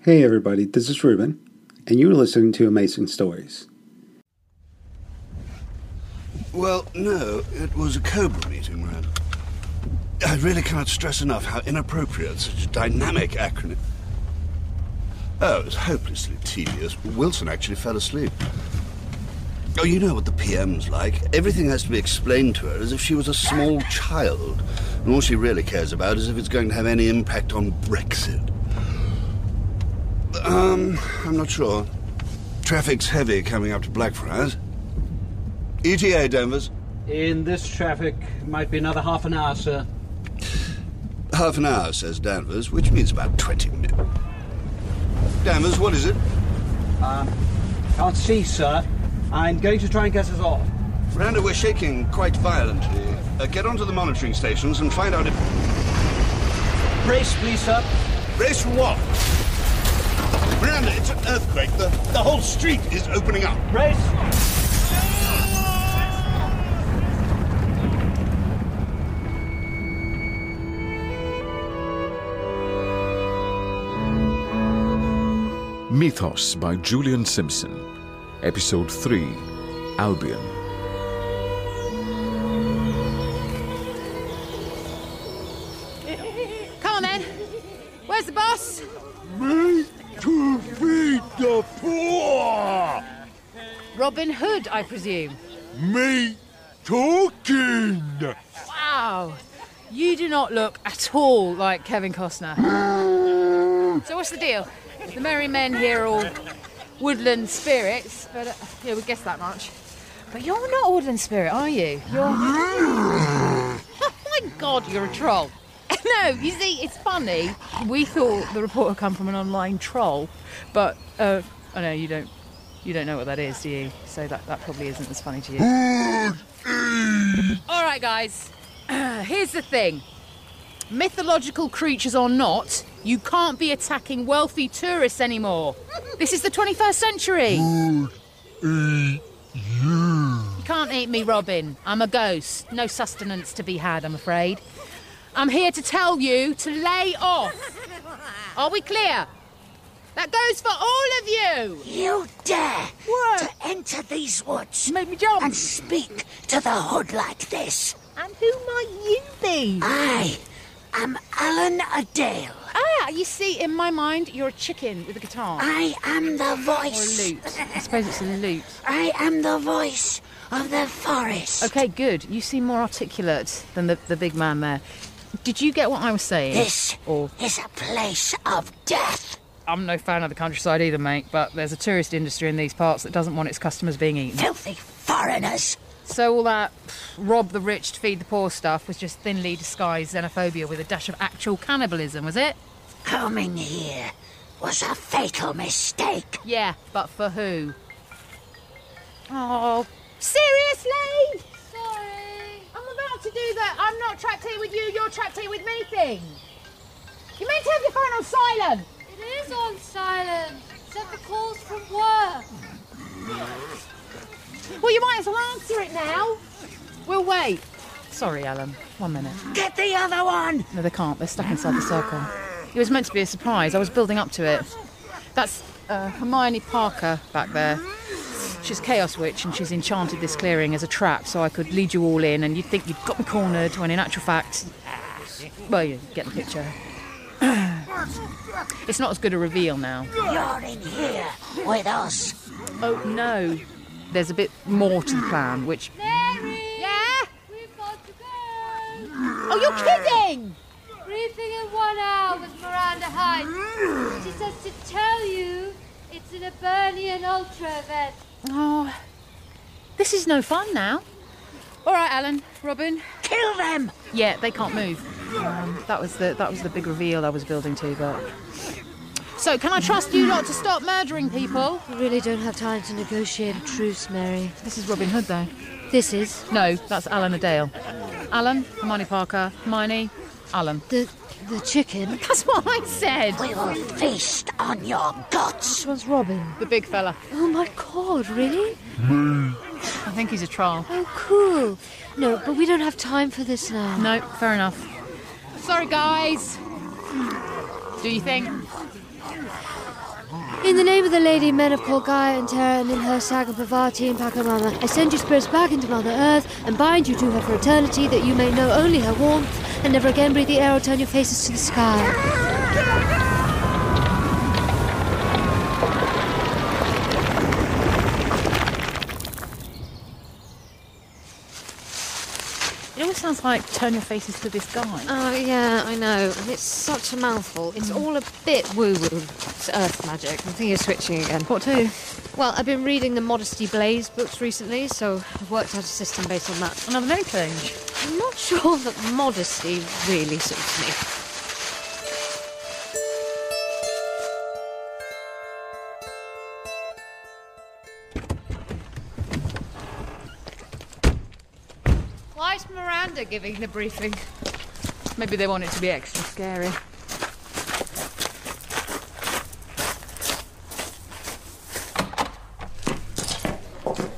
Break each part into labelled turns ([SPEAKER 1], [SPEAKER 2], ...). [SPEAKER 1] Hey, everybody, this is Ruben, and you're listening to Amazing Stories.
[SPEAKER 2] Well, no, it was a Cobra meeting, Rand. I really cannot stress enough how inappropriate such a dynamic acronym. Oh, it was hopelessly tedious. Wilson actually fell asleep. Oh, you know what the PM's like. Everything has to be explained to her as if she was a small child. And all she really cares about is if it's going to have any impact on Brexit. Um, I'm not sure. Traffic's heavy coming up to Blackfriars. ETA, Danvers.
[SPEAKER 3] In this traffic, might be another half an hour, sir.
[SPEAKER 2] Half an hour, says Danvers, which means about 20 minutes. Danvers, what is it?
[SPEAKER 3] Can't see, sir. I'm going to try and get us off.
[SPEAKER 2] Randa, we're shaking quite violently. Uh, get onto the monitoring stations and find out if.
[SPEAKER 3] Brace, please, sir.
[SPEAKER 2] Race what? Miranda, it's an earthquake. The, the whole street is opening up.
[SPEAKER 3] Brace!
[SPEAKER 4] Mythos by Julian Simpson, Episode 3 Albion.
[SPEAKER 5] Come on then. Where's the boss?
[SPEAKER 6] to feed the poor.
[SPEAKER 5] Robin Hood, I presume.
[SPEAKER 6] Me talking.
[SPEAKER 5] Wow. You do not look at all like Kevin Costner. so what's the deal? The merry men here are all woodland spirits, but uh, yeah, we guessed that much. But you're not a woodland spirit, are you? You're. oh my god, you're a troll. no, you see, it's funny. We thought the report had come from an online troll, but uh, I know you don't. You don't know what that is, do you? So that, that probably isn't as funny to you. All right, guys. Here's the thing. Mythological creatures or not, you can't be attacking wealthy tourists anymore. This is the 21st century. you. Can't eat me, Robin. I'm a ghost. No sustenance to be had, I'm afraid. I'm here to tell you to lay off. Are we clear? That goes for all of you.
[SPEAKER 7] You dare
[SPEAKER 5] What?
[SPEAKER 7] to enter these woods
[SPEAKER 5] You made me jump.
[SPEAKER 7] and speak to the hood like this?
[SPEAKER 5] and who might you be?
[SPEAKER 7] I am Alan Adale.
[SPEAKER 5] Ah, you see, in my mind, you're a chicken with a guitar.
[SPEAKER 7] I am the
[SPEAKER 5] Or a
[SPEAKER 7] voice.
[SPEAKER 5] lute. I suppose it's a lute.
[SPEAKER 7] I am the voice of the forest.
[SPEAKER 5] Okay, good. You seem more articulate than the, the big man there. Did you get what I was saying?
[SPEAKER 7] This
[SPEAKER 5] Or
[SPEAKER 7] is a place of death.
[SPEAKER 5] I'm no fan of the countryside either, mate. But there's a tourist industry in these parts that doesn't want its customers being eaten.
[SPEAKER 7] Filthy foreigners.
[SPEAKER 5] So all that pff, rob the rich to feed the poor stuff was just thinly disguised xenophobia with a dash of actual cannibalism, was it?
[SPEAKER 7] Coming here was a fatal mistake.
[SPEAKER 5] Yeah, but for who? Oh, seriously? Sorry. I'm about to do that. I'm not trapped here with you, you're trapped here with me thing. You meant to have your phone on silent.
[SPEAKER 8] It is on silent, except for calls from work.
[SPEAKER 5] Well, you might as well answer it now. We'll wait. Sorry, Alan. One minute.
[SPEAKER 7] Get the other one.
[SPEAKER 5] No, they can't. They're stuck inside the circle. It was meant to be a surprise. I was building up to it. That's uh, Hermione Parker back there. She's Chaos Witch and she's enchanted this clearing as a trap so I could lead you all in and you'd think you'd got me cornered when in actual fact. Well, you get the picture. it's not as good a reveal now.
[SPEAKER 7] You're in here with us.
[SPEAKER 5] Oh, no. There's a bit more to the plan, which.
[SPEAKER 8] Mary!
[SPEAKER 5] Yeah?
[SPEAKER 8] We've got to go!
[SPEAKER 5] Oh, you're kidding!
[SPEAKER 8] Briefing in one hour with Miranda Hyde. She says to tell you it's an Abernian Ultra event.
[SPEAKER 5] Oh, this is no fun now. All right, Alan, Robin.
[SPEAKER 7] Kill them.
[SPEAKER 5] Yeah, they can't move. Um, that was the that was the big reveal I was building to, but. So, can I trust you not to stop murdering people?
[SPEAKER 8] We really don't have time to negotiate a truce, Mary.
[SPEAKER 5] This is Robin Hood, though.
[SPEAKER 8] This is
[SPEAKER 5] No, that's Alan Adale. Alan, Hermione Parker, Hermione, Alan.
[SPEAKER 8] the the chicken.
[SPEAKER 5] That's what I said.
[SPEAKER 7] We will feast on your guts.
[SPEAKER 8] This one's Robin.
[SPEAKER 5] The big fella.
[SPEAKER 8] Oh my god, really?
[SPEAKER 5] I think he's a troll.
[SPEAKER 8] Oh, cool. No, but we don't have time for this now.
[SPEAKER 5] No, fair enough. Sorry, guys. Do you think?
[SPEAKER 9] In the name of the Lady, men of Korgaya and Terra, and in her saga Parvati and Pachamama, I send you spirits back into Mother Earth and bind you to her for eternity, that you may know only her warmth and never again breathe the air or turn your faces to the sky.
[SPEAKER 5] It always sounds like turn your faces to this guy.
[SPEAKER 8] Oh, yeah, I know. And it's such a mouthful. It's all a bit woo woo. It's earth magic. I think you're switching again.
[SPEAKER 5] What to?
[SPEAKER 8] Well, I've been reading the Modesty Blaze books recently, so I've worked out a system based on that.
[SPEAKER 5] Another name change.
[SPEAKER 8] I'm not sure that modesty really suits me. Why is Miranda giving the briefing?
[SPEAKER 5] Maybe they want it to be extra scary.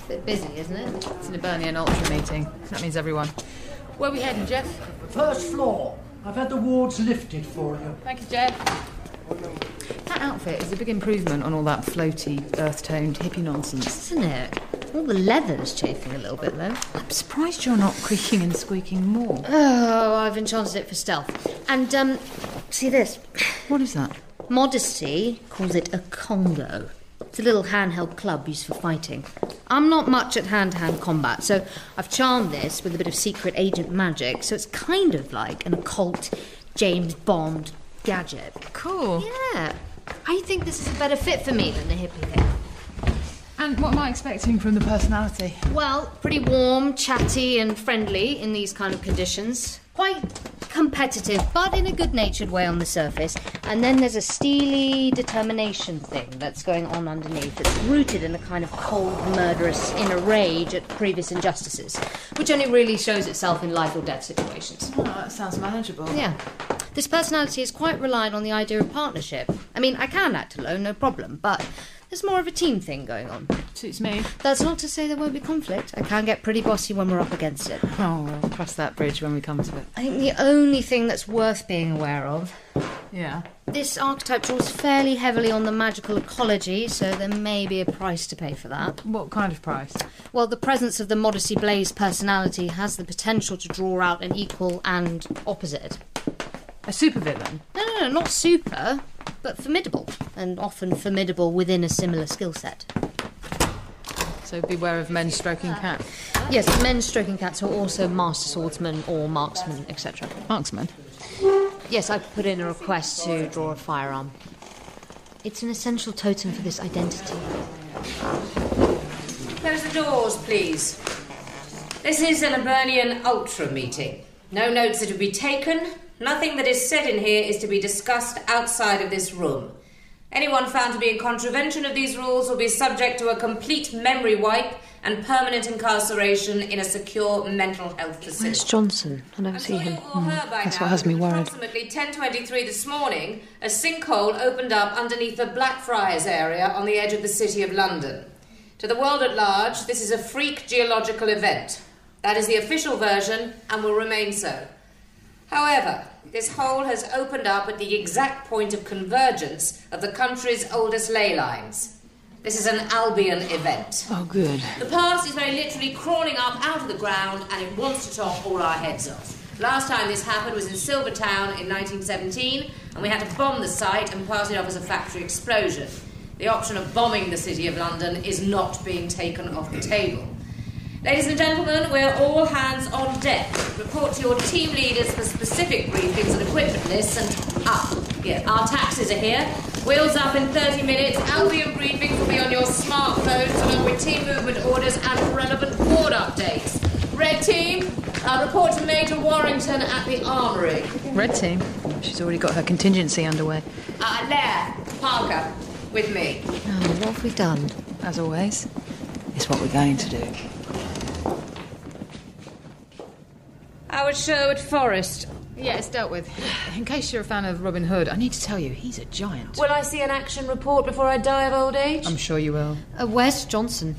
[SPEAKER 8] bit busy, isn't it?
[SPEAKER 5] It's an Hibernian Ultra meeting. That means everyone. Where are we heading, Jeff?
[SPEAKER 10] First floor. I've had the wards lifted for you.
[SPEAKER 5] Thank you, Jeff. That outfit is a big improvement on all that floaty, earth toned hippie nonsense.
[SPEAKER 8] Isn't it? All the leather's chafing a little bit, though.
[SPEAKER 5] I'm surprised you're not creaking and squeaking more.
[SPEAKER 8] Oh, I've enchanted it for stealth. And, um, see this?
[SPEAKER 5] What is that?
[SPEAKER 8] Modesty calls it a Congo. It's a little handheld club used for fighting. I'm not much at hand to hand combat, so I've charmed this with a bit of secret agent magic, so it's kind of like an occult James Bond gadget.
[SPEAKER 5] Cool.
[SPEAKER 8] Yeah, I think this is a better fit for me than the hippie thing.
[SPEAKER 5] And what am I expecting from the personality?
[SPEAKER 8] Well, pretty warm, chatty, and friendly in these kind of conditions. Quite competitive, but in a good natured way on the surface. And then there's a steely determination thing that's going on underneath that's rooted in a kind of cold, murderous inner rage at previous injustices, which only really shows itself in life or death situations.
[SPEAKER 5] Oh, that sounds manageable.
[SPEAKER 8] Yeah. This personality is quite reliant on the idea of partnership. I mean, I can act alone, no problem, but there's more of a team thing going on.
[SPEAKER 5] Suits me.
[SPEAKER 8] That's not to say there won't be conflict. I can get pretty bossy when we're up against it.
[SPEAKER 5] Oh, we'll cross that bridge when we come to it.
[SPEAKER 8] I think the only thing that's worth being aware of.
[SPEAKER 5] Yeah.
[SPEAKER 8] This archetype draws fairly heavily on the magical ecology, so there may be a price to pay for that.
[SPEAKER 5] What kind of price?
[SPEAKER 8] Well, the presence of the Modesty Blaze personality has the potential to draw out an equal and opposite.
[SPEAKER 5] A supervillain.
[SPEAKER 8] No, no, no, not super, but formidable, and often formidable within a similar skill set.
[SPEAKER 5] So beware of men stroking cats.
[SPEAKER 8] Yes, men stroking cats are also master swordsmen or marksmen, etc.
[SPEAKER 5] Marksman.
[SPEAKER 8] Yes, I put in a request to draw a firearm. It's an essential totem for this identity.
[SPEAKER 11] Close the doors, please. This is an Abernian Ultra meeting. No notes are to be taken. Nothing that is said in here is to be discussed outside of this room. Anyone found to be in contravention of these rules will be subject to a complete memory wipe and permanent incarceration in a secure mental health facility.
[SPEAKER 8] Johnson? I never Hmm.
[SPEAKER 11] I'm sure you all heard by
[SPEAKER 5] Hmm. That's
[SPEAKER 11] now
[SPEAKER 5] what has me
[SPEAKER 11] that
[SPEAKER 5] worried.
[SPEAKER 11] Approximately 10:23 this morning, a sinkhole opened up underneath the Blackfriars area on the edge of the city of London. To the world at large, this is a freak geological event. That is the official version and will remain so. However, this hole has opened up at the exact point of convergence of the country's oldest ley lines. This is an Albion event.
[SPEAKER 5] Oh, good.
[SPEAKER 11] The past is very literally crawling up out of the ground and it wants to top all our heads off. Last time this happened was in Silvertown in 1917, and we had to bomb the site and pass it off as a factory explosion. The option of bombing the City of London is not being taken off the table. Ladies and gentlemen, we're all hands on deck. Report to your team leaders for specific briefings and equipment lists and up. Yeah, our taxes are here. Wheels up in 30 minutes. Albion briefings will be on your smartphones along with team movement orders and relevant board updates. Red team, uh, report to Major Warrington at the Armoury.
[SPEAKER 5] Red team. She's already got her contingency underway,
[SPEAKER 11] Uh, Lair, Parker, with me.
[SPEAKER 8] Oh, what have we done?
[SPEAKER 5] as always. It's what we're going to do.
[SPEAKER 11] Howard Sherwood Forest.
[SPEAKER 5] Yeah, it's dealt with. In case you're a fan of Robin Hood, I need to tell you, he's a giant.
[SPEAKER 11] Will I see an action report before I die of old age?
[SPEAKER 5] I'm sure you will.
[SPEAKER 8] Uh, where's Johnson?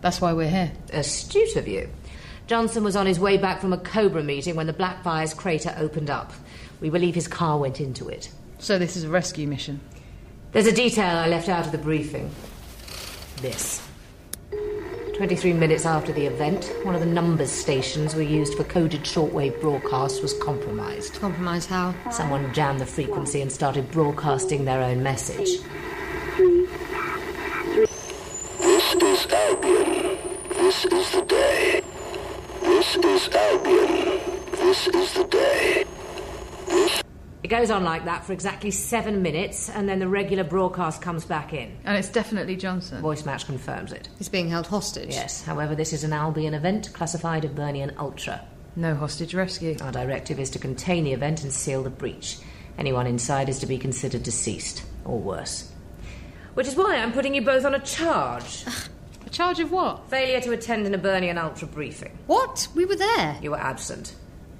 [SPEAKER 5] That's why we're here.
[SPEAKER 11] Astute of you. Johnson was on his way back from a Cobra meeting when the Blackfriars crater opened up. We believe his car went into it.
[SPEAKER 5] So this is a rescue mission.
[SPEAKER 11] There's a detail I left out of the briefing. This. 23 minutes after the event, one of the numbers stations we used for coded shortwave broadcasts was compromised.
[SPEAKER 8] Compromise how?
[SPEAKER 11] Someone jammed the frequency and started broadcasting their own message.
[SPEAKER 7] This is Albion. This is the day. This is Albion. This is the day.
[SPEAKER 11] It goes on like that for exactly seven minutes, and then the regular broadcast comes back in.
[SPEAKER 12] And it's definitely Johnson.
[SPEAKER 11] Voice match confirms it.
[SPEAKER 8] He's being held hostage.
[SPEAKER 11] Yes, however, this is an Albion event classified as Burnian Ultra.
[SPEAKER 12] No hostage rescue.
[SPEAKER 11] Our directive is to contain the event and seal the breach. Anyone inside is to be considered deceased, or worse. Which is why I'm putting you both on a charge.
[SPEAKER 12] A charge of what?
[SPEAKER 11] Failure to attend an Abernian Ultra briefing.
[SPEAKER 8] What? We were there.
[SPEAKER 11] You were absent.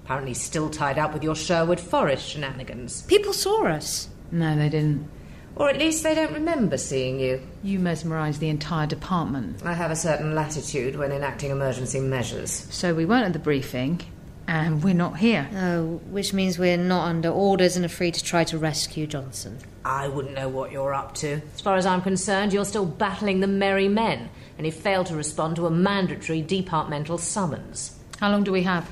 [SPEAKER 11] Apparently still tied up with your Sherwood Forest shenanigans.
[SPEAKER 8] People saw us.
[SPEAKER 12] No, they didn't.
[SPEAKER 11] Or at least they don't remember seeing you.
[SPEAKER 12] You mesmerised the entire department.
[SPEAKER 11] I have a certain latitude when enacting emergency measures.
[SPEAKER 12] So we weren't at the briefing, and we're not here.
[SPEAKER 8] Oh, which means we're not under orders and are free to try to rescue Johnson.
[SPEAKER 11] I wouldn't know what you're up to. As far as I'm concerned, you're still battling the merry men, and you failed to respond to a mandatory departmental summons.
[SPEAKER 12] How long do we have?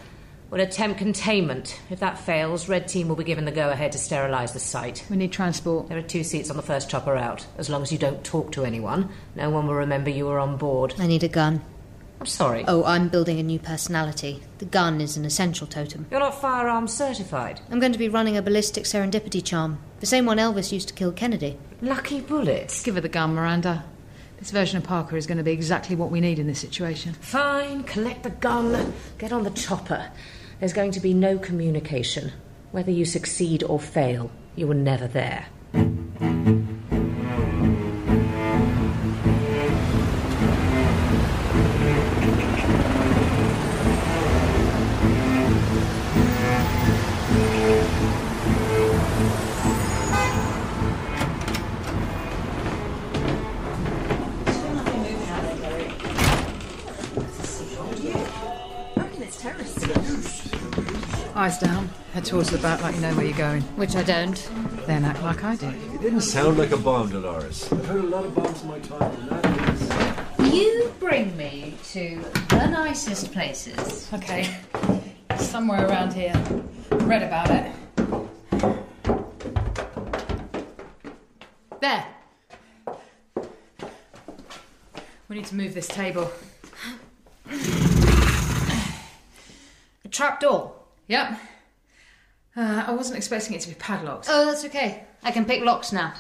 [SPEAKER 11] We'll attempt containment. If that fails, Red Team will be given the go ahead to sterilise the site.
[SPEAKER 12] We need transport.
[SPEAKER 11] There are two seats on the first chopper out. As long as you don't talk to anyone, no one will remember you were on board.
[SPEAKER 8] I need a gun.
[SPEAKER 11] I'm sorry.
[SPEAKER 8] Oh, I'm building a new personality. The gun is an essential totem.
[SPEAKER 11] You're not firearms certified.
[SPEAKER 8] I'm going to be running a ballistic serendipity charm, the same one Elvis used to kill Kennedy.
[SPEAKER 11] Lucky bullets.
[SPEAKER 12] Give her the gun, Miranda. This version of Parker is going to be exactly what we need in this situation.
[SPEAKER 11] Fine, collect the gun. Get on the chopper. There's going to be no communication. Whether you succeed or fail, you were never there.
[SPEAKER 12] Eyes down, head towards the back like you know where you're going.
[SPEAKER 8] Which I don't.
[SPEAKER 12] Then act like I do.
[SPEAKER 13] It didn't sound like a bomb, Dolores. I've heard a lot of bombs in my time, but not this.
[SPEAKER 8] You bring me to the nicest places.
[SPEAKER 12] Okay, somewhere around here. Read about it. There. We need to move this table.
[SPEAKER 8] A trapdoor.
[SPEAKER 12] Yep. Uh, I wasn't expecting it to be padlocked.
[SPEAKER 8] Oh, that's okay. I can pick locks now.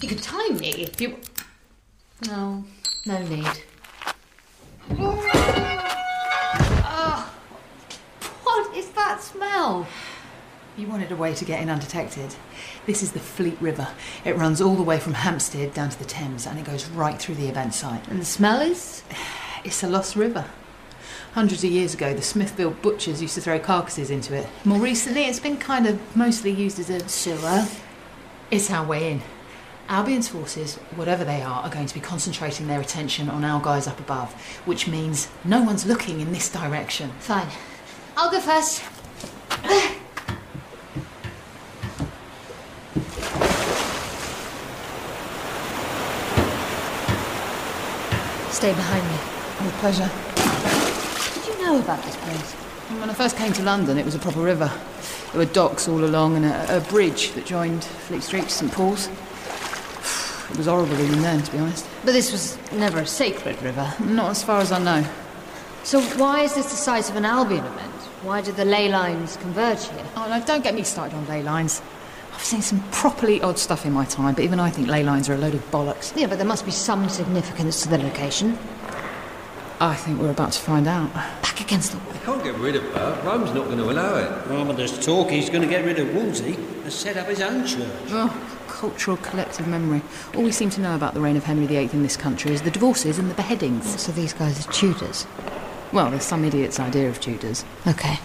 [SPEAKER 8] You could tie me if you. No, no need. Oh, what is that smell?
[SPEAKER 5] You wanted a way to get in undetected. This is the Fleet River. It runs all the way from Hampstead down to the Thames and it goes right through the event site.
[SPEAKER 8] And the smell is?
[SPEAKER 5] It's a lost river. Hundreds of years ago, the Smithville butchers used to throw carcasses into it. More recently, it's been kind of mostly used as a sewer. It's our way in. Albion's forces, whatever they are, are going to be concentrating their attention on our guys up above, which means no one's looking in this direction.
[SPEAKER 8] Fine. I'll go first. Stay behind me.
[SPEAKER 5] With pleasure.
[SPEAKER 8] Did you know about this place?
[SPEAKER 5] When I first came to London, it was a proper river. There were docks all along and a, a bridge that joined Fleet Street to St Paul's. It was horrible even then, to be honest.
[SPEAKER 8] But this was never a sacred river.
[SPEAKER 5] Not as far as I know.
[SPEAKER 8] So why is this the site of an Albion event? Why do the ley lines converge here?
[SPEAKER 5] Oh, no, don't get me started on ley lines. I've seen some properly odd stuff in my time, but even I think ley lines are a load of bollocks.
[SPEAKER 8] Yeah, but there must be some significance to the location.
[SPEAKER 5] I think we're about to find out.
[SPEAKER 8] Back against the wall.
[SPEAKER 13] I can't get rid of her. Rome's not going to allow it.
[SPEAKER 14] Rather there's talk he's going to get rid of Wolsey and set up his own church.
[SPEAKER 5] Oh, cultural collective memory. All we seem to know about the reign of Henry VIII in this country is the divorces and the beheadings.
[SPEAKER 8] So these guys are Tudors.
[SPEAKER 5] Well, there's some idiot's idea of Tudors.
[SPEAKER 8] Okay.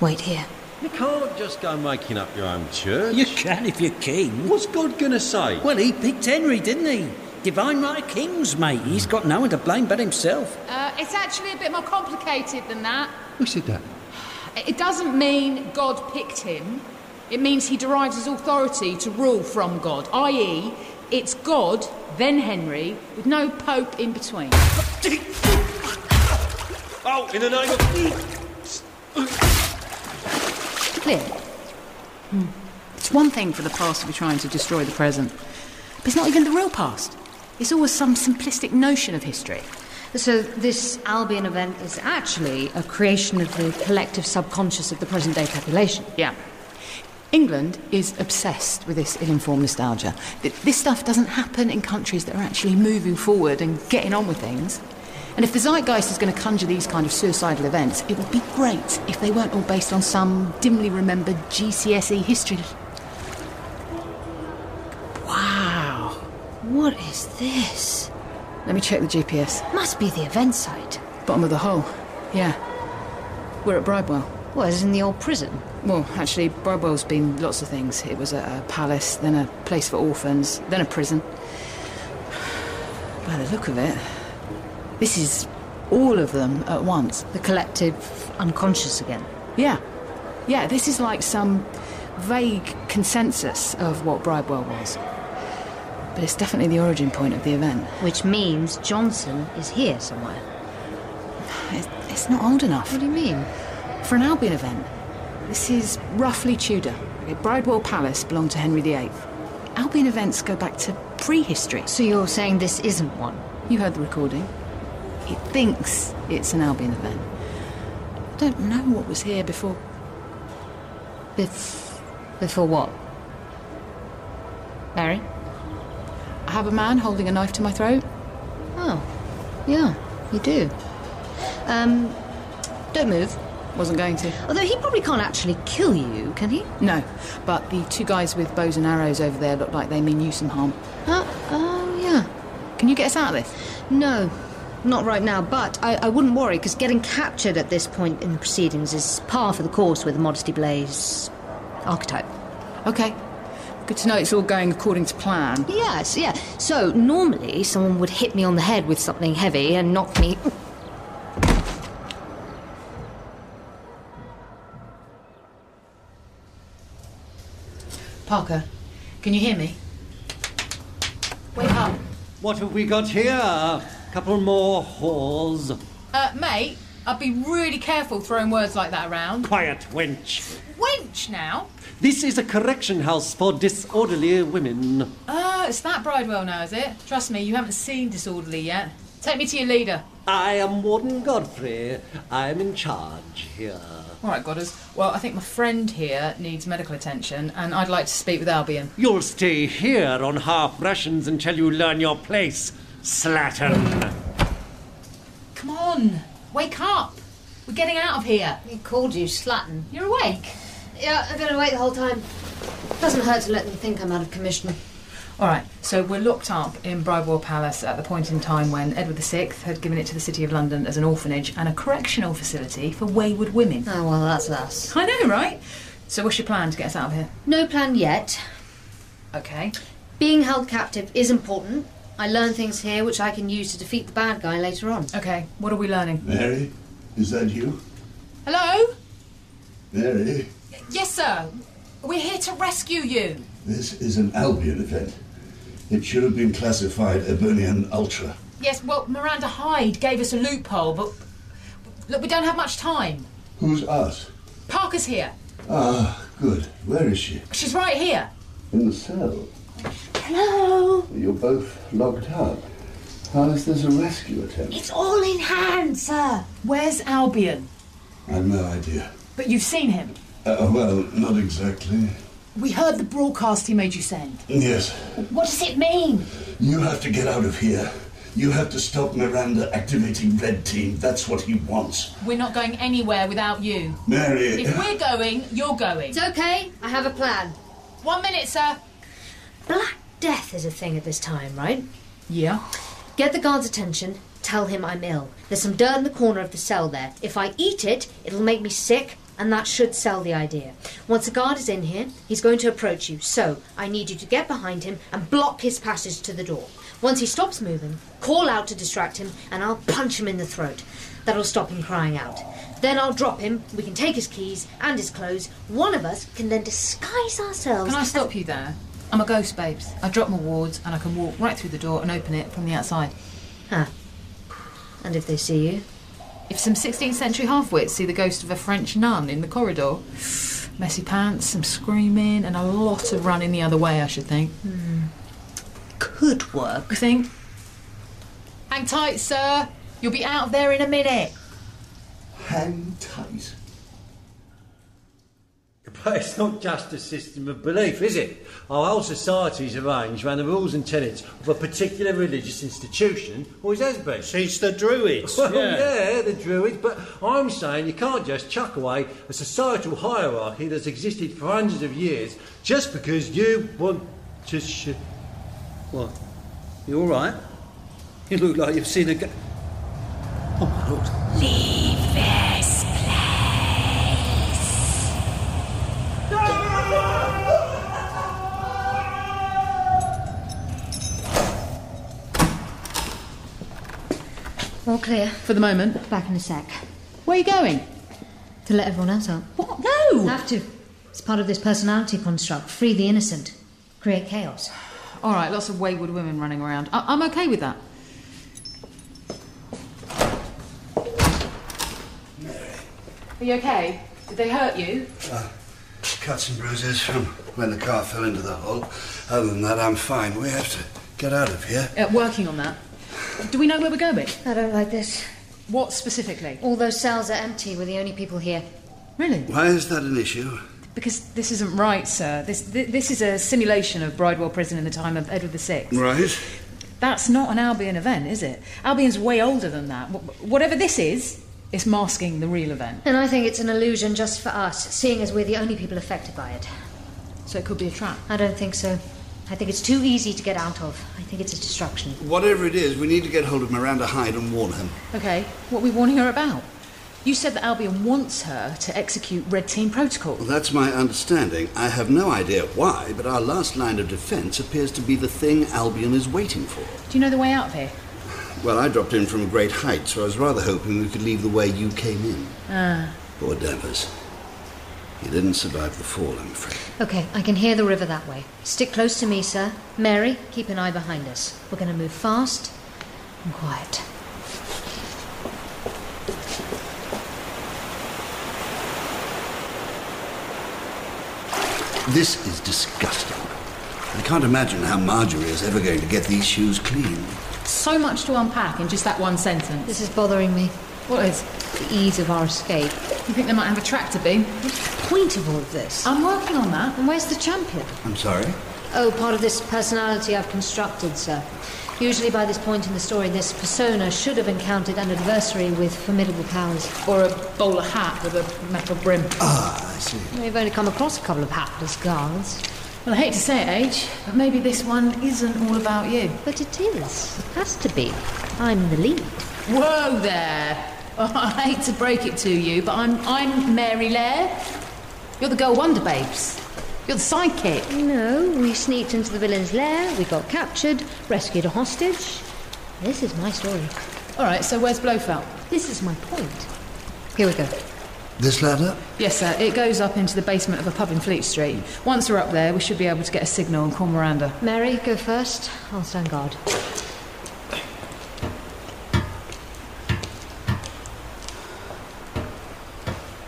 [SPEAKER 8] Wait here.
[SPEAKER 13] You can't just go making up your own church.
[SPEAKER 14] You can if you're king.
[SPEAKER 13] What's God going to say?
[SPEAKER 14] Well, he picked Henry, didn't he? Divine right of kings, mate. He's got no one to blame but himself.
[SPEAKER 12] Uh, it's actually a bit more complicated than that.
[SPEAKER 13] Who said that?
[SPEAKER 12] It doesn't mean God picked him.
[SPEAKER 5] It means he derives his authority to rule from God, i.e., it's God, then Henry, with no Pope in between.
[SPEAKER 15] Oh, in the name of.
[SPEAKER 5] Clear. Hmm. It's one thing for the past to be trying to destroy the present, but it's not even the real past. It's always some simplistic notion of history.
[SPEAKER 8] So, this Albion event is actually a creation of the collective subconscious of the present day population.
[SPEAKER 5] Yeah. England is obsessed with this ill informed nostalgia. Th- This stuff doesn't happen in countries that are actually moving forward and getting on with things. And if the zeitgeist is going to conjure these kind of suicidal events, it would be great if they weren't all based on some dimly remembered GCSE E history. Wow. What is this? Let me check the GPS. Must be the event site. Bottom of the hole. Yeah. We're at Bridewell. Well, as in the old prison? Well, actually, Bridewell's been lots of things. It was a, a palace, then a place for orphans, then a prison. By the look of it, this is all of them at once. The collective unconscious again. Yeah. Yeah, this is like some vague consensus of what Bridewell was. But it's definitely the origin point of the event. Which means Johnson is here somewhere. It's not old enough. What do you mean? For an Albion event. This is roughly Tudor. Okay, Bridewell Palace belonged to Henry VIII. Albion events go back to prehistory. So you're saying this isn't one? You heard the recording. It thinks it's an Albion event. I don't know what was here before. Bef- before what? Mary? I have a man holding a knife to my throat.
[SPEAKER 8] Oh, yeah, you do. Um, don't move.
[SPEAKER 5] Wasn't going to.
[SPEAKER 8] Although he probably can't actually
[SPEAKER 5] kill you, can he? No, but the two guys with bows and arrows over there look like they mean you some harm.
[SPEAKER 8] Oh, yeah.
[SPEAKER 5] Can you get us out of this?
[SPEAKER 8] No, not right now, but I, I wouldn't worry, because getting captured at this point in the proceedings is par for the course with the Modesty Blaze archetype.
[SPEAKER 5] Okay. Good to know it's all going according to plan.
[SPEAKER 8] Yes, yeah. So, normally someone would hit me on the head with something heavy and knock me.
[SPEAKER 16] Parker, can you hear me? Wake up.
[SPEAKER 3] What have we got here? A couple more whores.
[SPEAKER 5] Uh, mate, I'd be really careful throwing words like that around.
[SPEAKER 3] Quiet, wench.
[SPEAKER 5] Wench now.
[SPEAKER 3] This is a correction house for disorderly women.
[SPEAKER 5] Oh, it's that Bridewell now, is it? Trust me, you haven't seen Disorderly yet. Take me to your leader.
[SPEAKER 3] I am Warden Godfrey. I am in charge here.
[SPEAKER 5] All right, Godders. Well, I think my friend here needs medical attention, and I'd like to speak with Albion.
[SPEAKER 3] You'll stay here on half rations until you learn your place, slattern.
[SPEAKER 5] Come on, wake up. We're getting out of
[SPEAKER 8] uh,
[SPEAKER 5] here. He called you slattern. You're awake.
[SPEAKER 17] Yeah, I've been awake the whole time. Doesn't hurt to let them think I'm out of commission.
[SPEAKER 5] All right, so we're locked up in Bridewell Palace at the point in time when Edward VI had given it to the City of London as an orphanage and a correctional facility for wayward women. Oh, well, that's us. I know, right? So, what's your plan to get us out of here?
[SPEAKER 8] No plan yet.
[SPEAKER 5] Okay.
[SPEAKER 8] Being held captive is important. I learn things here which I can use to defeat the bad guy later on.
[SPEAKER 5] Okay, what are we learning?
[SPEAKER 2] Mary, is that you?
[SPEAKER 5] Hello?
[SPEAKER 2] Mary,
[SPEAKER 5] Yes, sir. We're here to rescue you.
[SPEAKER 2] this is an Albion event. It should have been classified Ebonian Ultra.
[SPEAKER 5] Yes, well, Miranda Hyde gave us a loophole, but look, we don't have much time.
[SPEAKER 2] Who's us?
[SPEAKER 5] Parker's here.
[SPEAKER 2] Ah, good. Where is she?
[SPEAKER 5] She's right here.
[SPEAKER 2] In the cell.
[SPEAKER 18] Hello.
[SPEAKER 2] You're both locked up. How is this a rescue attempt?
[SPEAKER 18] It's all in hand, sir.
[SPEAKER 5] Where's Albion?
[SPEAKER 2] I've no idea.
[SPEAKER 16] But you've seen him.
[SPEAKER 2] Uh, well, not exactly.
[SPEAKER 16] We heard the broadcast he made you send.
[SPEAKER 2] Yes,
[SPEAKER 16] What does it mean?
[SPEAKER 2] you have to get out of here. You have to stop Miranda activating Red Team. That's what he wants.
[SPEAKER 5] We're not going anywhere without you.
[SPEAKER 2] Mary. uh,
[SPEAKER 5] If we're going, you're going. It's okay. I have a plan. One minute, sir.
[SPEAKER 8] Black death is a thing at this time, right?
[SPEAKER 5] Yeah.
[SPEAKER 8] Get the guard's attention. Tell him I'm ill. There's some dirt in the corner of the cell there. If I eat it, it'll make me sick. and that should sell the idea. Once a guard is in here, he's going to approach you, so I need you to get behind him and block his passage to the door. Once he stops moving, call out to distract him, and I'll punch him in the throat. That'll stop him crying out. Then I'll drop him, we can take his keys and his clothes. One of us can then disguise ourselves.
[SPEAKER 5] Can I stop you there? I'm a ghost, babes. I drop my wards and I can walk right through the door and open it from the outside.
[SPEAKER 8] Ah. And if they see you?
[SPEAKER 5] If some 16th century half-wits see the ghost of a French nun in the corridor, messy pants, some screaming, and a lot of running the other way, I should think.
[SPEAKER 8] Could work.
[SPEAKER 5] You think? Hang tight, sir. You'll be out of there in a minute.
[SPEAKER 13] Hang tight.
[SPEAKER 19] But it's not just a system of belief, is it? Our whole society is arranged around the rules and tenets of a particular religious institution, always has been. Since the Druids. Well,
[SPEAKER 14] yeah.
[SPEAKER 19] yeah. the Druids, but I'm saying you can't just chuck away a societal hierarchy that's existed for hundreds of years just because you want to. Sh-
[SPEAKER 14] What? You all right? You look like you've seen a. Go- oh my lord!
[SPEAKER 20] Leave this place.
[SPEAKER 8] All clear.
[SPEAKER 5] For the moment.
[SPEAKER 8] Back in a sec.
[SPEAKER 5] Where are you going?
[SPEAKER 8] To let everyone else out.
[SPEAKER 5] What? No!
[SPEAKER 8] Have to. It's part of this personality construct. Free the innocent. Create chaos.
[SPEAKER 5] All right, lots of wayward women running around. I- I'm okay with that. Are you okay? Did they hurt you?
[SPEAKER 2] Uh, cuts and bruises from when the car fell into the hole. Other than that, I'm fine. We have to get out of here.
[SPEAKER 5] Uh, working on that. Do we know where we're going?
[SPEAKER 8] I don't like this.
[SPEAKER 5] What specifically?
[SPEAKER 8] All those cells are empty. We're the only people here.
[SPEAKER 5] Really?
[SPEAKER 2] Why is that an issue?
[SPEAKER 5] Because this isn't right, sir. This, th- this is a simulation of Bridewell Prison in the time of Edward VI.
[SPEAKER 2] Right?
[SPEAKER 5] That's not an Albion event, is it? Albion's way older than that. Wh- whatever this is, it's masking the real event.
[SPEAKER 8] And I think it's an illusion just for us, seeing as we're the only people affected by it.
[SPEAKER 5] So it could be a trap?
[SPEAKER 8] I don't think so. I think it's too easy to get out of. I think it's a distraction.
[SPEAKER 2] Whatever it is, we need to get hold of Miranda Hyde and warn him.
[SPEAKER 5] Okay, what are we warning her about? You said that Albion wants her to execute Red Team Protocol.
[SPEAKER 2] Well, that's my understanding. I have no idea why, but our last line of defense appears to be the thing Albion is waiting for.
[SPEAKER 5] Do you know the way out of here?
[SPEAKER 2] Well, I dropped in from a great height, so I was rather hoping we could leave the way you came in.
[SPEAKER 8] Ah.
[SPEAKER 2] Poor Danvers. He didn't survive the fall, I'm afraid.
[SPEAKER 8] Okay, I can hear the river that way. Stick close to me, sir. Mary, keep an eye behind us. We're going to move fast and quiet.
[SPEAKER 2] This is disgusting. I can't imagine how Marjorie is ever going to get these shoes clean.
[SPEAKER 5] So much to unpack in just that one sentence.
[SPEAKER 8] This is bothering me.
[SPEAKER 5] What is?
[SPEAKER 8] The ease of our escape.
[SPEAKER 5] You think they might have a tractor beam?
[SPEAKER 8] What's the point of all of this?
[SPEAKER 5] I'm working on that.
[SPEAKER 8] And where's the champion?
[SPEAKER 2] I'm sorry?
[SPEAKER 8] Oh, part of this personality I've constructed, sir. Usually by this point in the story, this persona should have encountered an adversary with formidable powers.
[SPEAKER 5] Or a bowler hat with a metal brim.
[SPEAKER 2] Ah, I see.
[SPEAKER 8] We've only come across a couple of hapless guards.
[SPEAKER 5] Well, I hate to say it, H, but maybe this one isn't all about you.
[SPEAKER 8] But it is. It has to be. I'm the lead.
[SPEAKER 5] Whoa there! Oh, I hate to break it to you, but I'm I'm Mary Lair. You're the girl Wonder Babes. You're the sidekick.
[SPEAKER 8] No, we sneaked into the villain's lair, we got captured, rescued a hostage. This is my story.
[SPEAKER 5] All right, so where's Blofeld?
[SPEAKER 8] This is my point. Here we go.
[SPEAKER 2] This ladder?
[SPEAKER 5] Yes, sir. It goes up into the basement of a pub in Fleet Street. Once we're up there, we should be able to get a signal and call Miranda.
[SPEAKER 8] Mary, go first. I'll stand guard.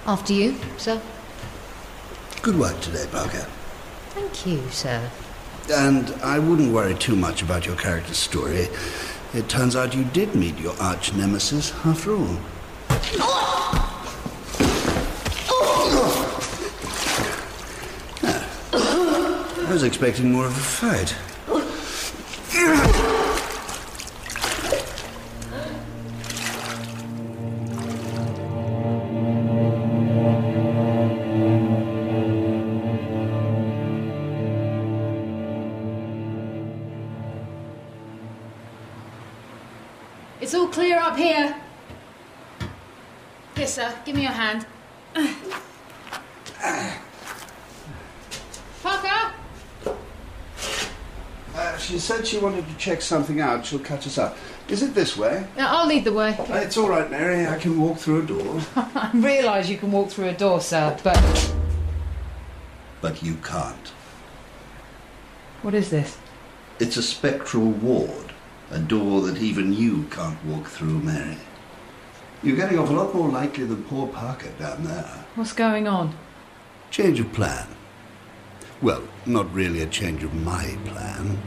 [SPEAKER 8] After you, sir.
[SPEAKER 2] Good work today, Parker.
[SPEAKER 8] Thank you, sir.
[SPEAKER 2] And I wouldn't worry too much about your character's story. It turns out you did meet your arch nemesis after all. I was expecting more of a fight.
[SPEAKER 5] It's all clear up here. Yes, sir. Give me your hand.
[SPEAKER 2] Uh, She said she wanted to check something out. She'll catch us up. Is it this way?
[SPEAKER 5] Now, I'll lead the way.
[SPEAKER 2] Uh, It's all right, Mary. I can walk through a door.
[SPEAKER 5] I realise you can walk through a door, sir, but
[SPEAKER 2] But you can't.
[SPEAKER 5] what is this?
[SPEAKER 2] It's a spectral ward, a door that even you can't walk through, Mary. You're getting off a lot more likely than poor Parker down there.
[SPEAKER 5] What's going on?
[SPEAKER 2] Change of plan. Well, not really a change of my plan.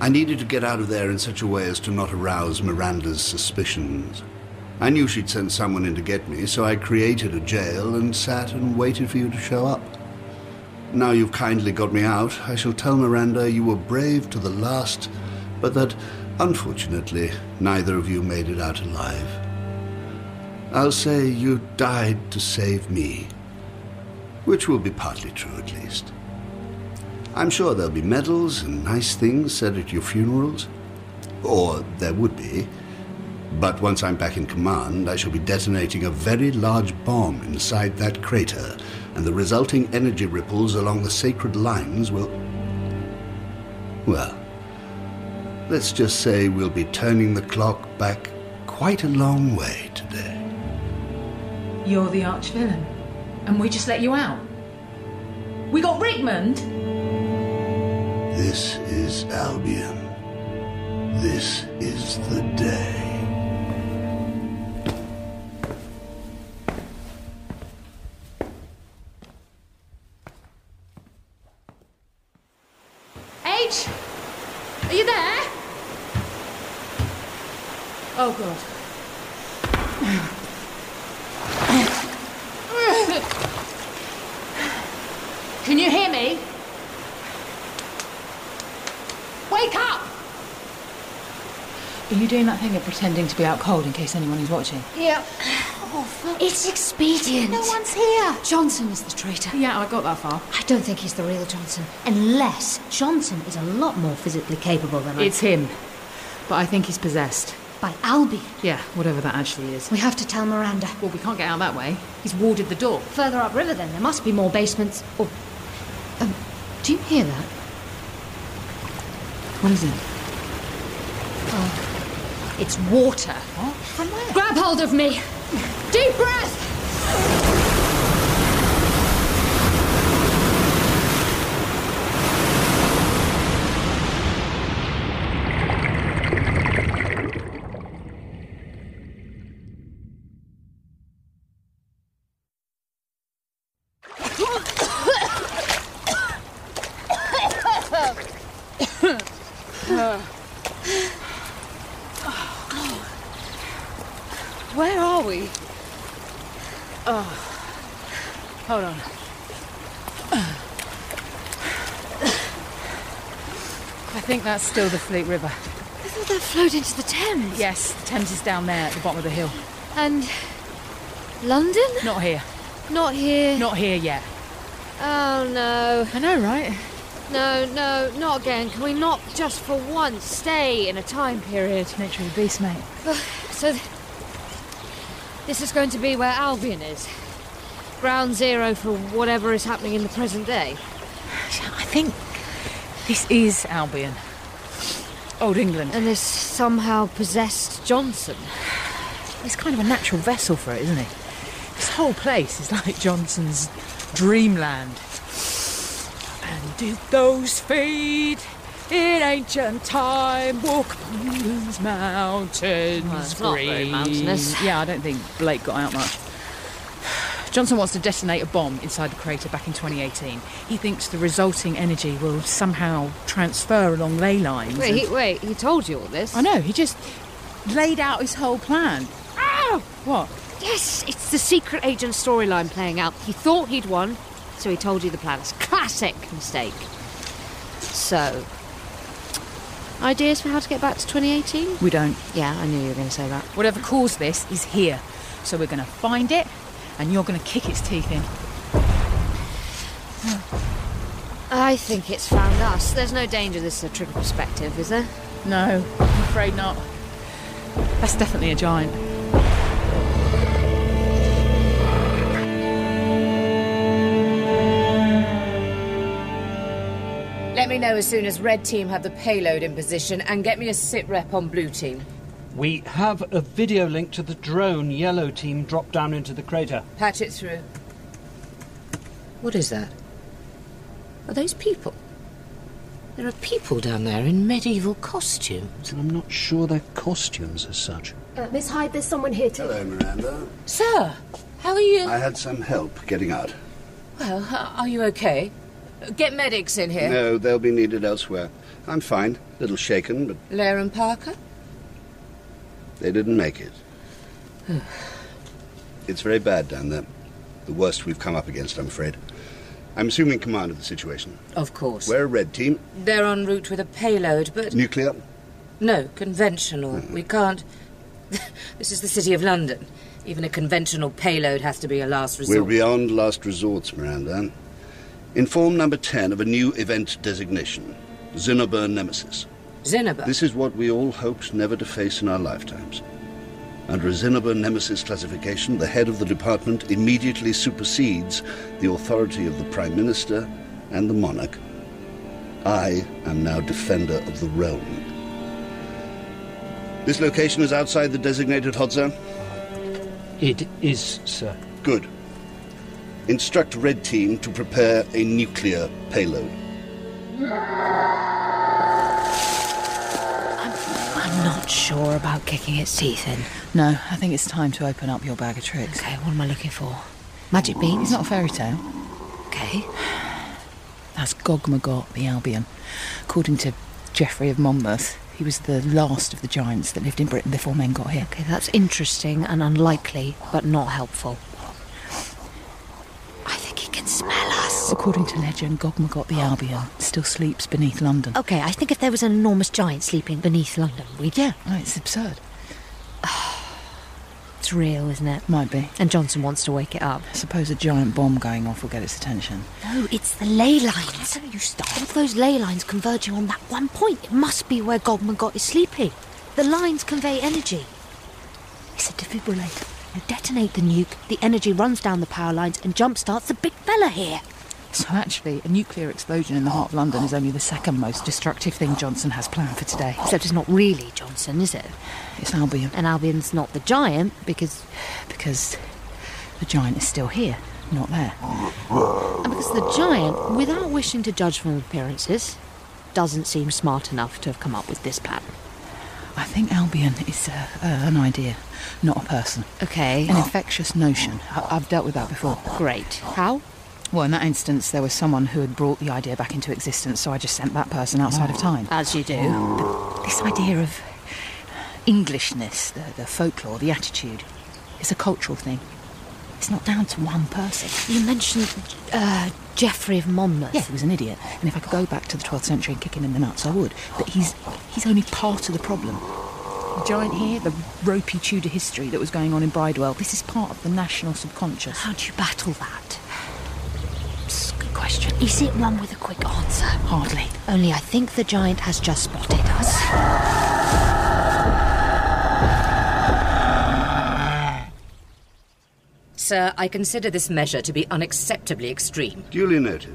[SPEAKER 2] I needed to get out of there in such a way as to not arouse Miranda's suspicions. I knew she'd send someone in to get me, so I created a jail and sat and waited for you to show up. Now you've kindly got me out, I shall tell Miranda you were brave to the last, but that, unfortunately, neither of you made it out alive. I'll say you died to save me which will be partly true at least. I'm sure there'll be medals and nice things said at your funerals, or there would be. But once I'm back in command, I shall be detonating a very large bomb inside that crater, and the resulting energy ripples along the sacred lines will. Well, let's just say we'll be turning the clock back quite a long way today.
[SPEAKER 5] You're the archvillain, and we just let you out. We got Rickmond.
[SPEAKER 2] This is Albion. This is the day.
[SPEAKER 11] H, are you there? Oh God. Can you hear me? Wake up!
[SPEAKER 5] Are you doing that thing of pretending to be out cold in case anyone is watching?
[SPEAKER 11] Yeah.
[SPEAKER 8] It's expedient.
[SPEAKER 5] No
[SPEAKER 8] one's here. Johnson is the traitor.
[SPEAKER 5] Yeah, I got that far.
[SPEAKER 21] I don't think he's the real Johnson. Unless Johnson is a lot more physically capable than I.
[SPEAKER 5] It's him. But I think he's possessed.
[SPEAKER 21] By Albion?
[SPEAKER 5] Yeah, whatever that actually is.
[SPEAKER 21] We have to tell Miranda.
[SPEAKER 5] Well, we can't get out that way. He's warded the door.
[SPEAKER 21] Further upriver, then. There must be more basements. Or. Um, do you hear that?
[SPEAKER 5] What is it?
[SPEAKER 21] Oh, it's water. From where? Grab hold of me. Deep breath.
[SPEAKER 11] Where are we? Oh, hold on. I think that's still the Fleet River.
[SPEAKER 8] I thought that flowed into the Thames.
[SPEAKER 11] Yes, the Thames is down there at the bottom of the hill.
[SPEAKER 8] And London?
[SPEAKER 11] Not here.
[SPEAKER 8] Not here.
[SPEAKER 11] Not here yet.
[SPEAKER 8] Oh no.
[SPEAKER 11] I know, right?
[SPEAKER 8] No, no, not again. Can we not just for once stay in a time period?
[SPEAKER 11] Nature of the beast, mate.
[SPEAKER 8] So th- this is going to be where Albion is. Ground zero for whatever is happening in the present day.
[SPEAKER 11] I think this is Albion. Old England.
[SPEAKER 8] And this somehow possessed Johnson.
[SPEAKER 11] It's kind of a natural vessel for it, isn't it? This whole place is like Johnson's dreamland. And did those feet in ancient time walk upon those mountains?
[SPEAKER 8] Well, it's not very
[SPEAKER 11] green?
[SPEAKER 8] mountainous.
[SPEAKER 11] Yeah, I don't think Blake got out much. Johnson wants to detonate a bomb inside the crater back in 2018. He thinks the resulting energy will somehow transfer along ley lines.
[SPEAKER 8] Wait,
[SPEAKER 11] and-
[SPEAKER 8] he, wait, he told you all this?
[SPEAKER 11] I know, he just laid out his whole plan. Ow! What?
[SPEAKER 8] Yes, it's the secret agent storyline playing out. He thought he'd won, so he told you the plans. Classic mistake. So, ideas for how to get back to 2018?
[SPEAKER 11] We don't.
[SPEAKER 8] Yeah, I knew you were going to say that.
[SPEAKER 11] Whatever caused this is here. So we're going to find it and you're going to kick its teeth in.
[SPEAKER 8] I think it's found us. There's no danger this is a trick of perspective, is there?
[SPEAKER 11] No, I'm afraid not. That's definitely a giant.
[SPEAKER 22] Let
[SPEAKER 11] Let me know as soon as Red Team have the payload in position and get me a sit rep on Blue Team.
[SPEAKER 3] We have a video link to the drone Yellow Team dropped down into the crater.
[SPEAKER 11] Patch it through.
[SPEAKER 3] What is that?
[SPEAKER 11] Are those people? There are
[SPEAKER 3] People down there in medieval costumes. I'm not sure they're costumes as such.
[SPEAKER 23] Uh, Miss Hyde, there's someone here too.
[SPEAKER 2] Hello, Miranda.
[SPEAKER 11] Sir, how are you?
[SPEAKER 2] I had some help getting out.
[SPEAKER 11] Well, h- are you okay? Get medics in here.
[SPEAKER 2] No, they'll be needed elsewhere. I'm fine. Little shaken, but
[SPEAKER 11] Lair and Parker?
[SPEAKER 2] they didn't make it. It's very bad down there. The worst we've come up against, I'm afraid. I'm assuming command of the situation.
[SPEAKER 11] Of course.
[SPEAKER 2] We're a red team.
[SPEAKER 11] They're en route with a payload, but.
[SPEAKER 2] Nuclear.
[SPEAKER 11] No, conventional. We can't. this is the City of London. Even a conventional payload has to be a last resort.
[SPEAKER 2] We're beyond last resorts, Miranda. Inform number 10 of a new event designation Zinnober Nemesis.
[SPEAKER 11] Zinnober?
[SPEAKER 2] This is what we all hoped never to face in our lifetimes. Under a Zinnober Nemesis classification, the head of the department immediately supersedes the authority of the Prime Minister and the monarch. I am now Defender of the Realm. This location is outside the designated hot zone?
[SPEAKER 3] It is, sir.
[SPEAKER 2] Good. Instruct Red Team to prepare a nuclear payload.
[SPEAKER 8] I'm not sure about kicking its teeth in.
[SPEAKER 5] No, I think it's time to open up your bag of tricks.
[SPEAKER 8] Okay, what am I looking for? Magic beans?
[SPEAKER 5] It's not a fairy tale.
[SPEAKER 8] Okay.
[SPEAKER 5] That's Gogmagot the Albion. According to Geoffrey of Monmouth, he was the last of the giants that lived in Britain before men got here.
[SPEAKER 8] Okay, that's interesting and unlikely, but not helpful. I think he can smell us.
[SPEAKER 5] According to legend, Gogmagot the Albion still sleeps beneath London.
[SPEAKER 8] Okay, I think if there was an enormous giant sleeping beneath London, we'd. Yeah.
[SPEAKER 5] Oh, it's absurd.
[SPEAKER 8] It's real, isn't it?
[SPEAKER 5] Might be.
[SPEAKER 8] And Johnson wants to wake it up.
[SPEAKER 5] I suppose a giant bomb going off will get its attention.
[SPEAKER 8] No, it's the ley lines. Don't you stop. All those ley lines converging on that one point. It must be where Goldman got is sleeping. The lines convey energy. It's a defibrillator. You detonate the nuke, the energy runs down the power lines and jumpstarts the big fella here.
[SPEAKER 5] So actually, a nuclear explosion in the heart of London is only the second most destructive thing Johnson has planned for today.
[SPEAKER 8] Except it's not really Johnson, is it?
[SPEAKER 5] It's Albion.
[SPEAKER 8] And Albion's not the giant because.
[SPEAKER 5] Because the giant is still here, not there.
[SPEAKER 8] And because the giant, without wishing to judge from appearances, doesn't seem smart enough to have come up with this plan.
[SPEAKER 5] I think Albion is uh, uh, an idea, not a person.
[SPEAKER 8] Okay.
[SPEAKER 5] An
[SPEAKER 11] Oh.
[SPEAKER 5] infectious notion. I- I've dealt with that before.
[SPEAKER 8] Great. How?
[SPEAKER 5] Well, in that instance, there was someone who had brought the idea back into existence, so I just sent that person outside of
[SPEAKER 11] Oh,
[SPEAKER 5] time.
[SPEAKER 8] As you do.
[SPEAKER 5] But this idea of Englishness, the, the folklore, the attitude, it's a cultural thing. It's not down to one person.
[SPEAKER 8] You mentioned uh, Geoffrey of Monmouth.
[SPEAKER 5] Yeah, he was an idiot. And if I could go back to the 12th century and kick him in the nuts, I would. But he's he's only part of the problem. The giant here, the ropey Tudor history that was going on in Bridewell, this is part of the national subconscious.
[SPEAKER 8] How do you battle that? It's a good question. Is it one with a quick answer?
[SPEAKER 5] Hardly.
[SPEAKER 8] Only I think the giant has just spotted us.
[SPEAKER 11] Sir, I consider this measure to be unacceptably extreme.
[SPEAKER 2] Duly noted.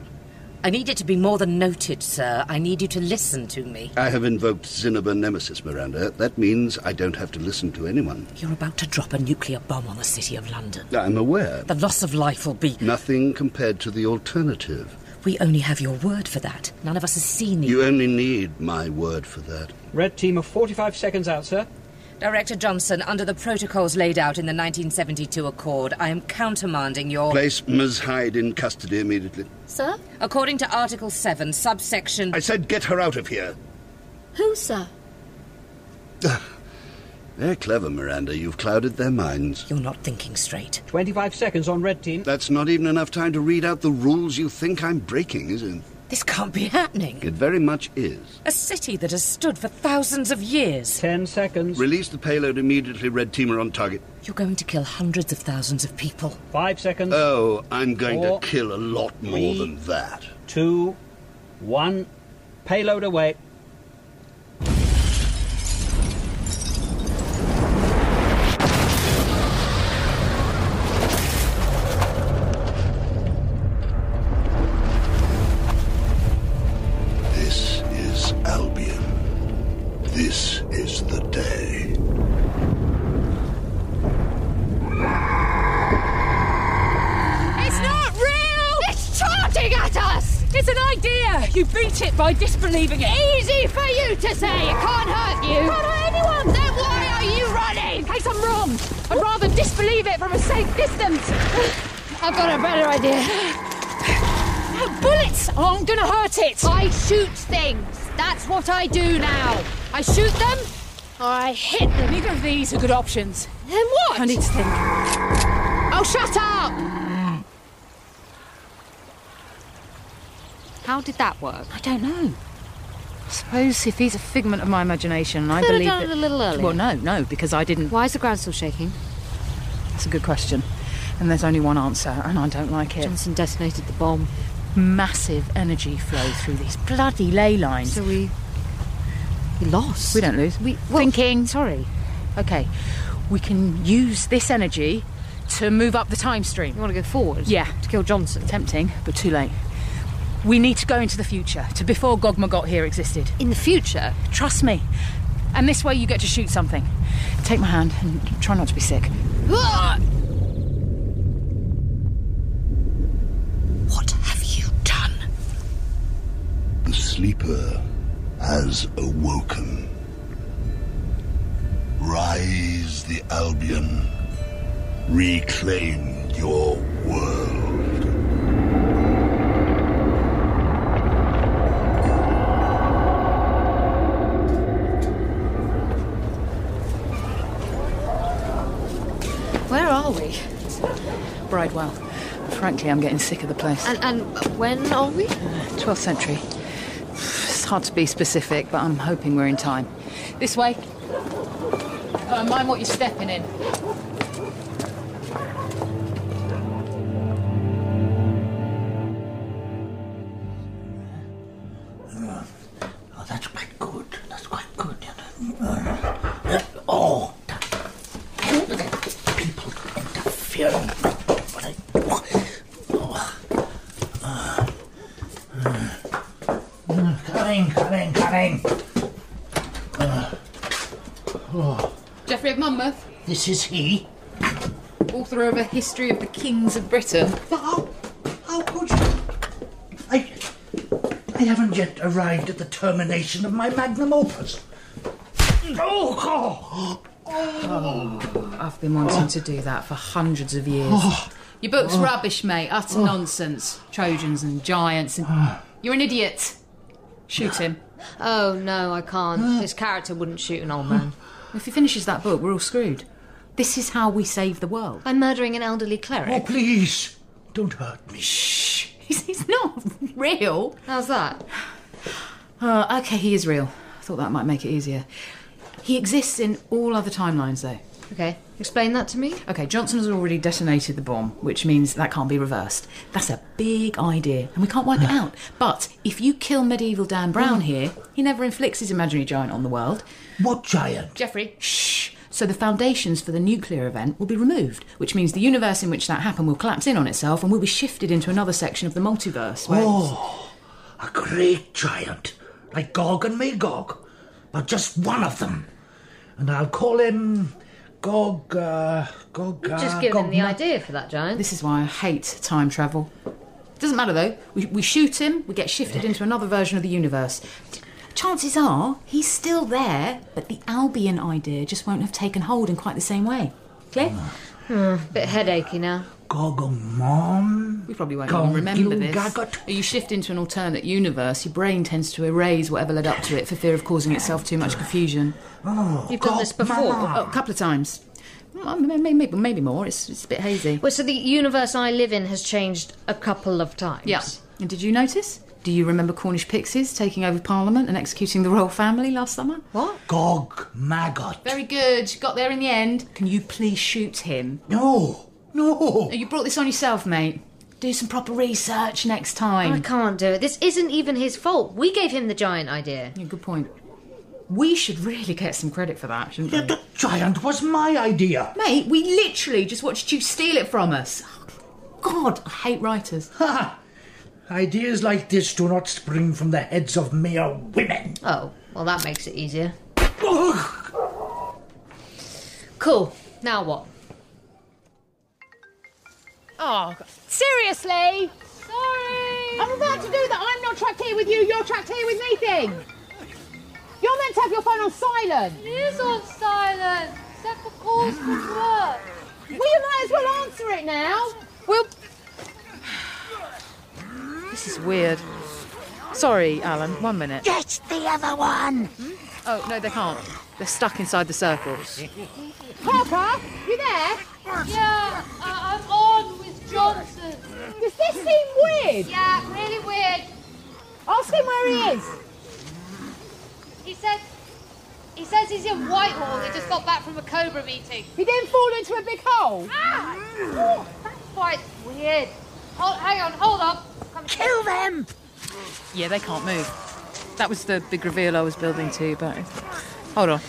[SPEAKER 11] I need it to be more than noted, sir. I need you to listen to me.
[SPEAKER 2] I have invoked Zinnober Nemesis, Miranda. That means I don't have to listen to anyone.
[SPEAKER 11] You're about to drop a nuclear bomb on the City of London.
[SPEAKER 2] I'm aware.
[SPEAKER 11] The loss of life will be.
[SPEAKER 2] Nothing compared to the alternative.
[SPEAKER 11] We only have your word for that. None of us has seen
[SPEAKER 2] You only need my word for that.
[SPEAKER 3] Red Team are 45 seconds out, sir.
[SPEAKER 11] Director Johnson, under the protocols laid out in the 1972 Accord, I am countermanding
[SPEAKER 23] Oh.
[SPEAKER 11] your.
[SPEAKER 2] Place Ms. Hyde in custody immediately.
[SPEAKER 11] Sir? According to Article 7, subsection.
[SPEAKER 2] I said get her out of here.
[SPEAKER 23] Who, sir?
[SPEAKER 2] They're clever, Miranda. You've clouded their minds.
[SPEAKER 11] You're not thinking straight.
[SPEAKER 3] 25 seconds on Red Team.
[SPEAKER 2] That's not even enough time to read out the rules you think I'm breaking, is it?
[SPEAKER 11] This can't be happening.
[SPEAKER 2] It very much is.
[SPEAKER 11] A city that has stood for thousands of years.
[SPEAKER 3] Ten seconds.
[SPEAKER 2] Release the payload immediately, Red Team are on target.
[SPEAKER 11] You're going to kill hundreds of thousands of people.
[SPEAKER 3] Five seconds.
[SPEAKER 2] Oh, I'm going
[SPEAKER 3] Four,
[SPEAKER 2] to kill a lot more
[SPEAKER 3] three,
[SPEAKER 2] than that.
[SPEAKER 3] Two, one. Payload away.
[SPEAKER 2] This This is the day.
[SPEAKER 11] It's not real! It's charging at us! It's an idea! You beat it by disbelieving it! Easy for you to say! It can't hurt you! Can't hurt anyone! Then why are you running? In case I'm wrong, I'd rather disbelieve it from a safe distance! I've got a better idea. Bullets aren't gonna hurt it! I shoot things! That's what I do now! I shoot them or I hit them! Neither of these are good options. Then what? I need to think. Oh, shut up! How did that work? I don't know. I suppose if he's a figment of my imagination, and I
[SPEAKER 24] Could have
[SPEAKER 11] believe
[SPEAKER 24] done
[SPEAKER 11] that-
[SPEAKER 24] it a little earlier.
[SPEAKER 11] Well, no, no, because I didn't. Why is the ground still shaking? That's a good question, and there's only one answer, and I don't like it. Johnson detonated the bomb. Massive energy flow through these bloody ley lines. So we we lost. We don't lose. We thinking. Sorry. Okay, we can use this energy to move up the time stream. You want to go forward? Yeah, to kill Johnson. Tempting, but too late. We need to go into the future, to before Gog got here existed. In the future? Trust me. And this way you get to shoot something. Take my hand and try not to be sick. What
[SPEAKER 2] have you done? The sleeper has awoken. Rise the Albion. Reclaim your world.
[SPEAKER 5] Where are we?
[SPEAKER 11] Bridewell. Frankly, I'm getting sick of the place.
[SPEAKER 5] And, and when are we?
[SPEAKER 11] 12th century. It's hard to be specific, but I'm hoping we're in time. This way. Uh, mind what you're stepping in.
[SPEAKER 3] Oh, that's quite good. That's quite good. you know. Uh, Oh, people interfering. What I- oh. Uh, uh, Coming, coming, coming. Uh, oh,
[SPEAKER 5] Geoffrey of Monmouth,
[SPEAKER 3] This is he.
[SPEAKER 5] author of A History of the Kings of Britain.
[SPEAKER 3] I haven't yet arrived at the termination of my magnum opus. Oh, oh,
[SPEAKER 5] Oh, I've been wanting to do that for hundreds of years.
[SPEAKER 3] Oh.
[SPEAKER 5] Your book's
[SPEAKER 3] Oh.
[SPEAKER 5] rubbish, mate. Utter nonsense. Trojans and giants and.
[SPEAKER 3] Ah.
[SPEAKER 5] You're an idiot. Shoot him.
[SPEAKER 8] Oh no, I can't. This character wouldn't shoot an old man.
[SPEAKER 5] If he finishes that book, we're all screwed. This is how we save the world.
[SPEAKER 8] By murdering an elderly cleric.
[SPEAKER 3] Oh, please, don't hurt me. Shh.
[SPEAKER 5] He's, he's not real.
[SPEAKER 8] How's that?
[SPEAKER 5] Uh, okay, he is real. I thought that might make it easier. He exists in all other timelines, though.
[SPEAKER 8] Okay, explain that to me.
[SPEAKER 5] Okay, Johnson has already detonated the bomb, which means that can't be reversed. That's a big idea, and we can't wipe it out. But if you kill medieval Dan Brown here, he never inflicts his imaginary giant on the world.
[SPEAKER 3] Mm. What giant?
[SPEAKER 5] Jeffrey. Shh. So the foundations for the nuclear event will be removed, which means the universe in which that happened will collapse in on itself and will be shifted into another section of the multiverse. Where
[SPEAKER 3] Oh, a great giant, like Gog and Magog, but just one of them. And I'll call him Gog. Uh, Gog.
[SPEAKER 11] Ah,
[SPEAKER 3] uh,
[SPEAKER 8] Just give
[SPEAKER 3] Gog
[SPEAKER 8] him the idea for that giant.
[SPEAKER 5] This is why I hate time travel. Doesn't matter though. We, we shoot him, we get shifted into another version of the universe. Chances are he's still there, but the Albion idea just won't have taken hold in quite the same way. Clear?
[SPEAKER 11] Oh,
[SPEAKER 8] bit headachy now.
[SPEAKER 3] Gog Mom.
[SPEAKER 5] We probably won't
[SPEAKER 3] Gog
[SPEAKER 5] even remember
[SPEAKER 3] you
[SPEAKER 5] this.
[SPEAKER 3] Gagot.
[SPEAKER 5] You shift into an alternate universe, your brain tends to erase whatever led up to it for fear of causing itself too much confusion.
[SPEAKER 3] Oh,
[SPEAKER 8] You've done this before.
[SPEAKER 5] Oh, a couple of times. Mm, Maybe, maybe, maybe more. It's, it's a bit hazy.
[SPEAKER 8] Well, so the universe I live in has changed a couple of times.
[SPEAKER 5] Yeah. And did you notice? Do you remember Cornish pixies taking over Parliament and executing the royal family last summer? What?
[SPEAKER 3] Gog Magog.
[SPEAKER 5] Very good. Got there in the end. Can you please shoot him?
[SPEAKER 3] No. No.
[SPEAKER 5] You brought this on yourself, mate. Do some proper research next time.
[SPEAKER 8] I can't do it. This isn't even his fault. We gave him the giant idea.
[SPEAKER 5] Yeah, good point. We should really get some credit for that, shouldn't we?
[SPEAKER 3] Giant was my idea.
[SPEAKER 5] Mate, we literally just watched you steal it from us. God, I hate writers.
[SPEAKER 3] Ha! Ideas like this do not spring from the heads of mere women.
[SPEAKER 8] Oh, well, that makes it easier.
[SPEAKER 25] Cool. Now what?
[SPEAKER 5] Oh, God. seriously? Sorry. I'm about to do that. I'm not trapped here with you. You're trapped here with me. Thing. You're meant to have your phone on silent. It is on silent. Except for calls from work. Well, you might as well answer it now. Well, this is weird. Sorry, Alan. One minute.
[SPEAKER 26] Get the other one.
[SPEAKER 5] Oh no, they can't. They're stuck inside the circles.
[SPEAKER 11] Harper, you there? Yeah, uh, I'm on with Johnson.
[SPEAKER 5] Does this seem weird?
[SPEAKER 11] Yeah, really weird.
[SPEAKER 5] Ask him where he is.
[SPEAKER 11] He said, he says he's in Whitehall. He just got back from a Cobra meeting.
[SPEAKER 5] He didn't fall into a big hole.
[SPEAKER 11] Ah, oh, that's why it's weird. Hold, hang on, hold up.
[SPEAKER 26] Kill them.
[SPEAKER 5] Yeah, they can't move. That was the big reveal I was building to, but hold on.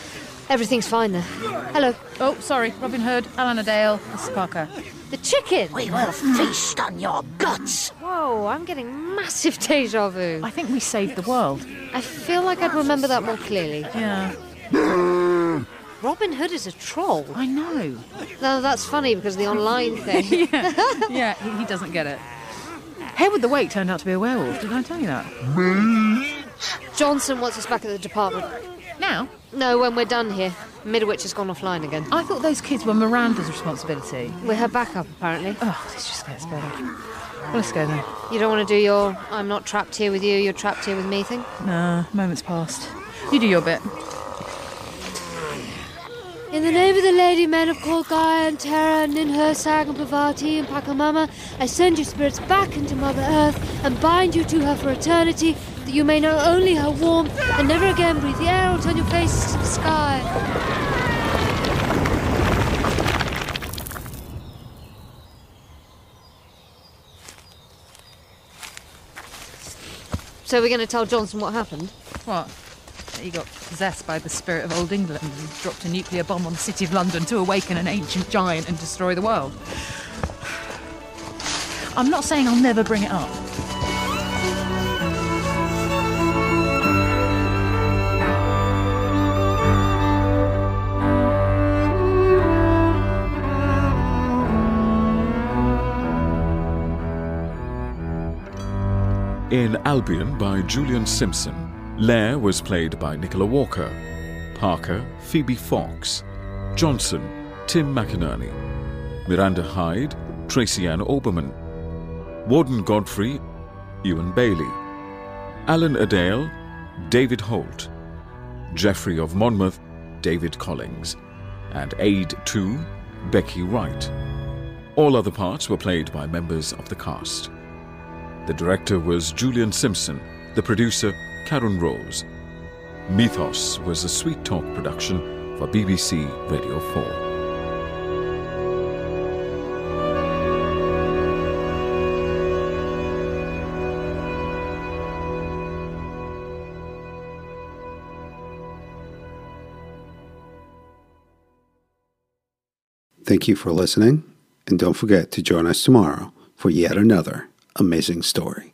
[SPEAKER 8] Everything's fine there. Hello.
[SPEAKER 5] Oh, sorry, Robin Hood, Alana Dale, Mrs. Parker.
[SPEAKER 8] The chicken.
[SPEAKER 26] We will feast on your guts.
[SPEAKER 8] Whoa, I'm getting massive deja vu. I
[SPEAKER 5] think we saved the world.
[SPEAKER 8] I feel like I'd remember that more clearly.
[SPEAKER 5] Yeah.
[SPEAKER 8] Robin Hood is a troll.
[SPEAKER 5] I know.
[SPEAKER 8] No, that's funny because of the online thing.
[SPEAKER 5] yeah, he, he doesn't get it. Harewood the Wake turned out to be a werewolf. Did I tell you that?
[SPEAKER 8] Johnson wants us back at the department.
[SPEAKER 5] Now?
[SPEAKER 8] No, when we're done here. Midwich has gone offline again.
[SPEAKER 5] I thought those kids were Miranda's responsibility.
[SPEAKER 8] We're her backup, apparently.
[SPEAKER 5] Oh, this just gets better. Well, let's go then.
[SPEAKER 8] You don't want to do your I'm not trapped here with you, you're trapped here with me thing?
[SPEAKER 5] Nah, moment's passed. You do your bit.
[SPEAKER 8] In the name of the Lady Men of Kolgaya and Terra and Ninhursag and Pavati and Pakamama, I send your spirits back into Mother Earth and bind you to her for eternity, that you may know only her warmth and never again breathe the air or turn your face to the sky. So we're going to tell Johnson what happened?
[SPEAKER 5] What? He got possessed by the spirit of old England and dropped a nuclear bomb on the city of London to awaken an ancient giant and destroy the world. I'm not saying I'll never bring it up.
[SPEAKER 4] In Albion by Julian Simpson, Lair was played by Nicola Walker, Parker, Phoebe Fox, Johnson, Tim McInerney, Miranda Hyde, Tracy Ann Oberman, Warden Godfrey, Ewan Bailey, Alan Adale, David Holt, Geoffrey of Monmouth, David Collings, and Aid 2, Becky Wright. All other parts were played by members of the cast. The director was Julian Simpson, the producer, Karen Rose. Mythos was a Sweet Talk production for BBC Radio 4.
[SPEAKER 1] Thank you for listening, and don't forget to join us tomorrow for yet another amazing story.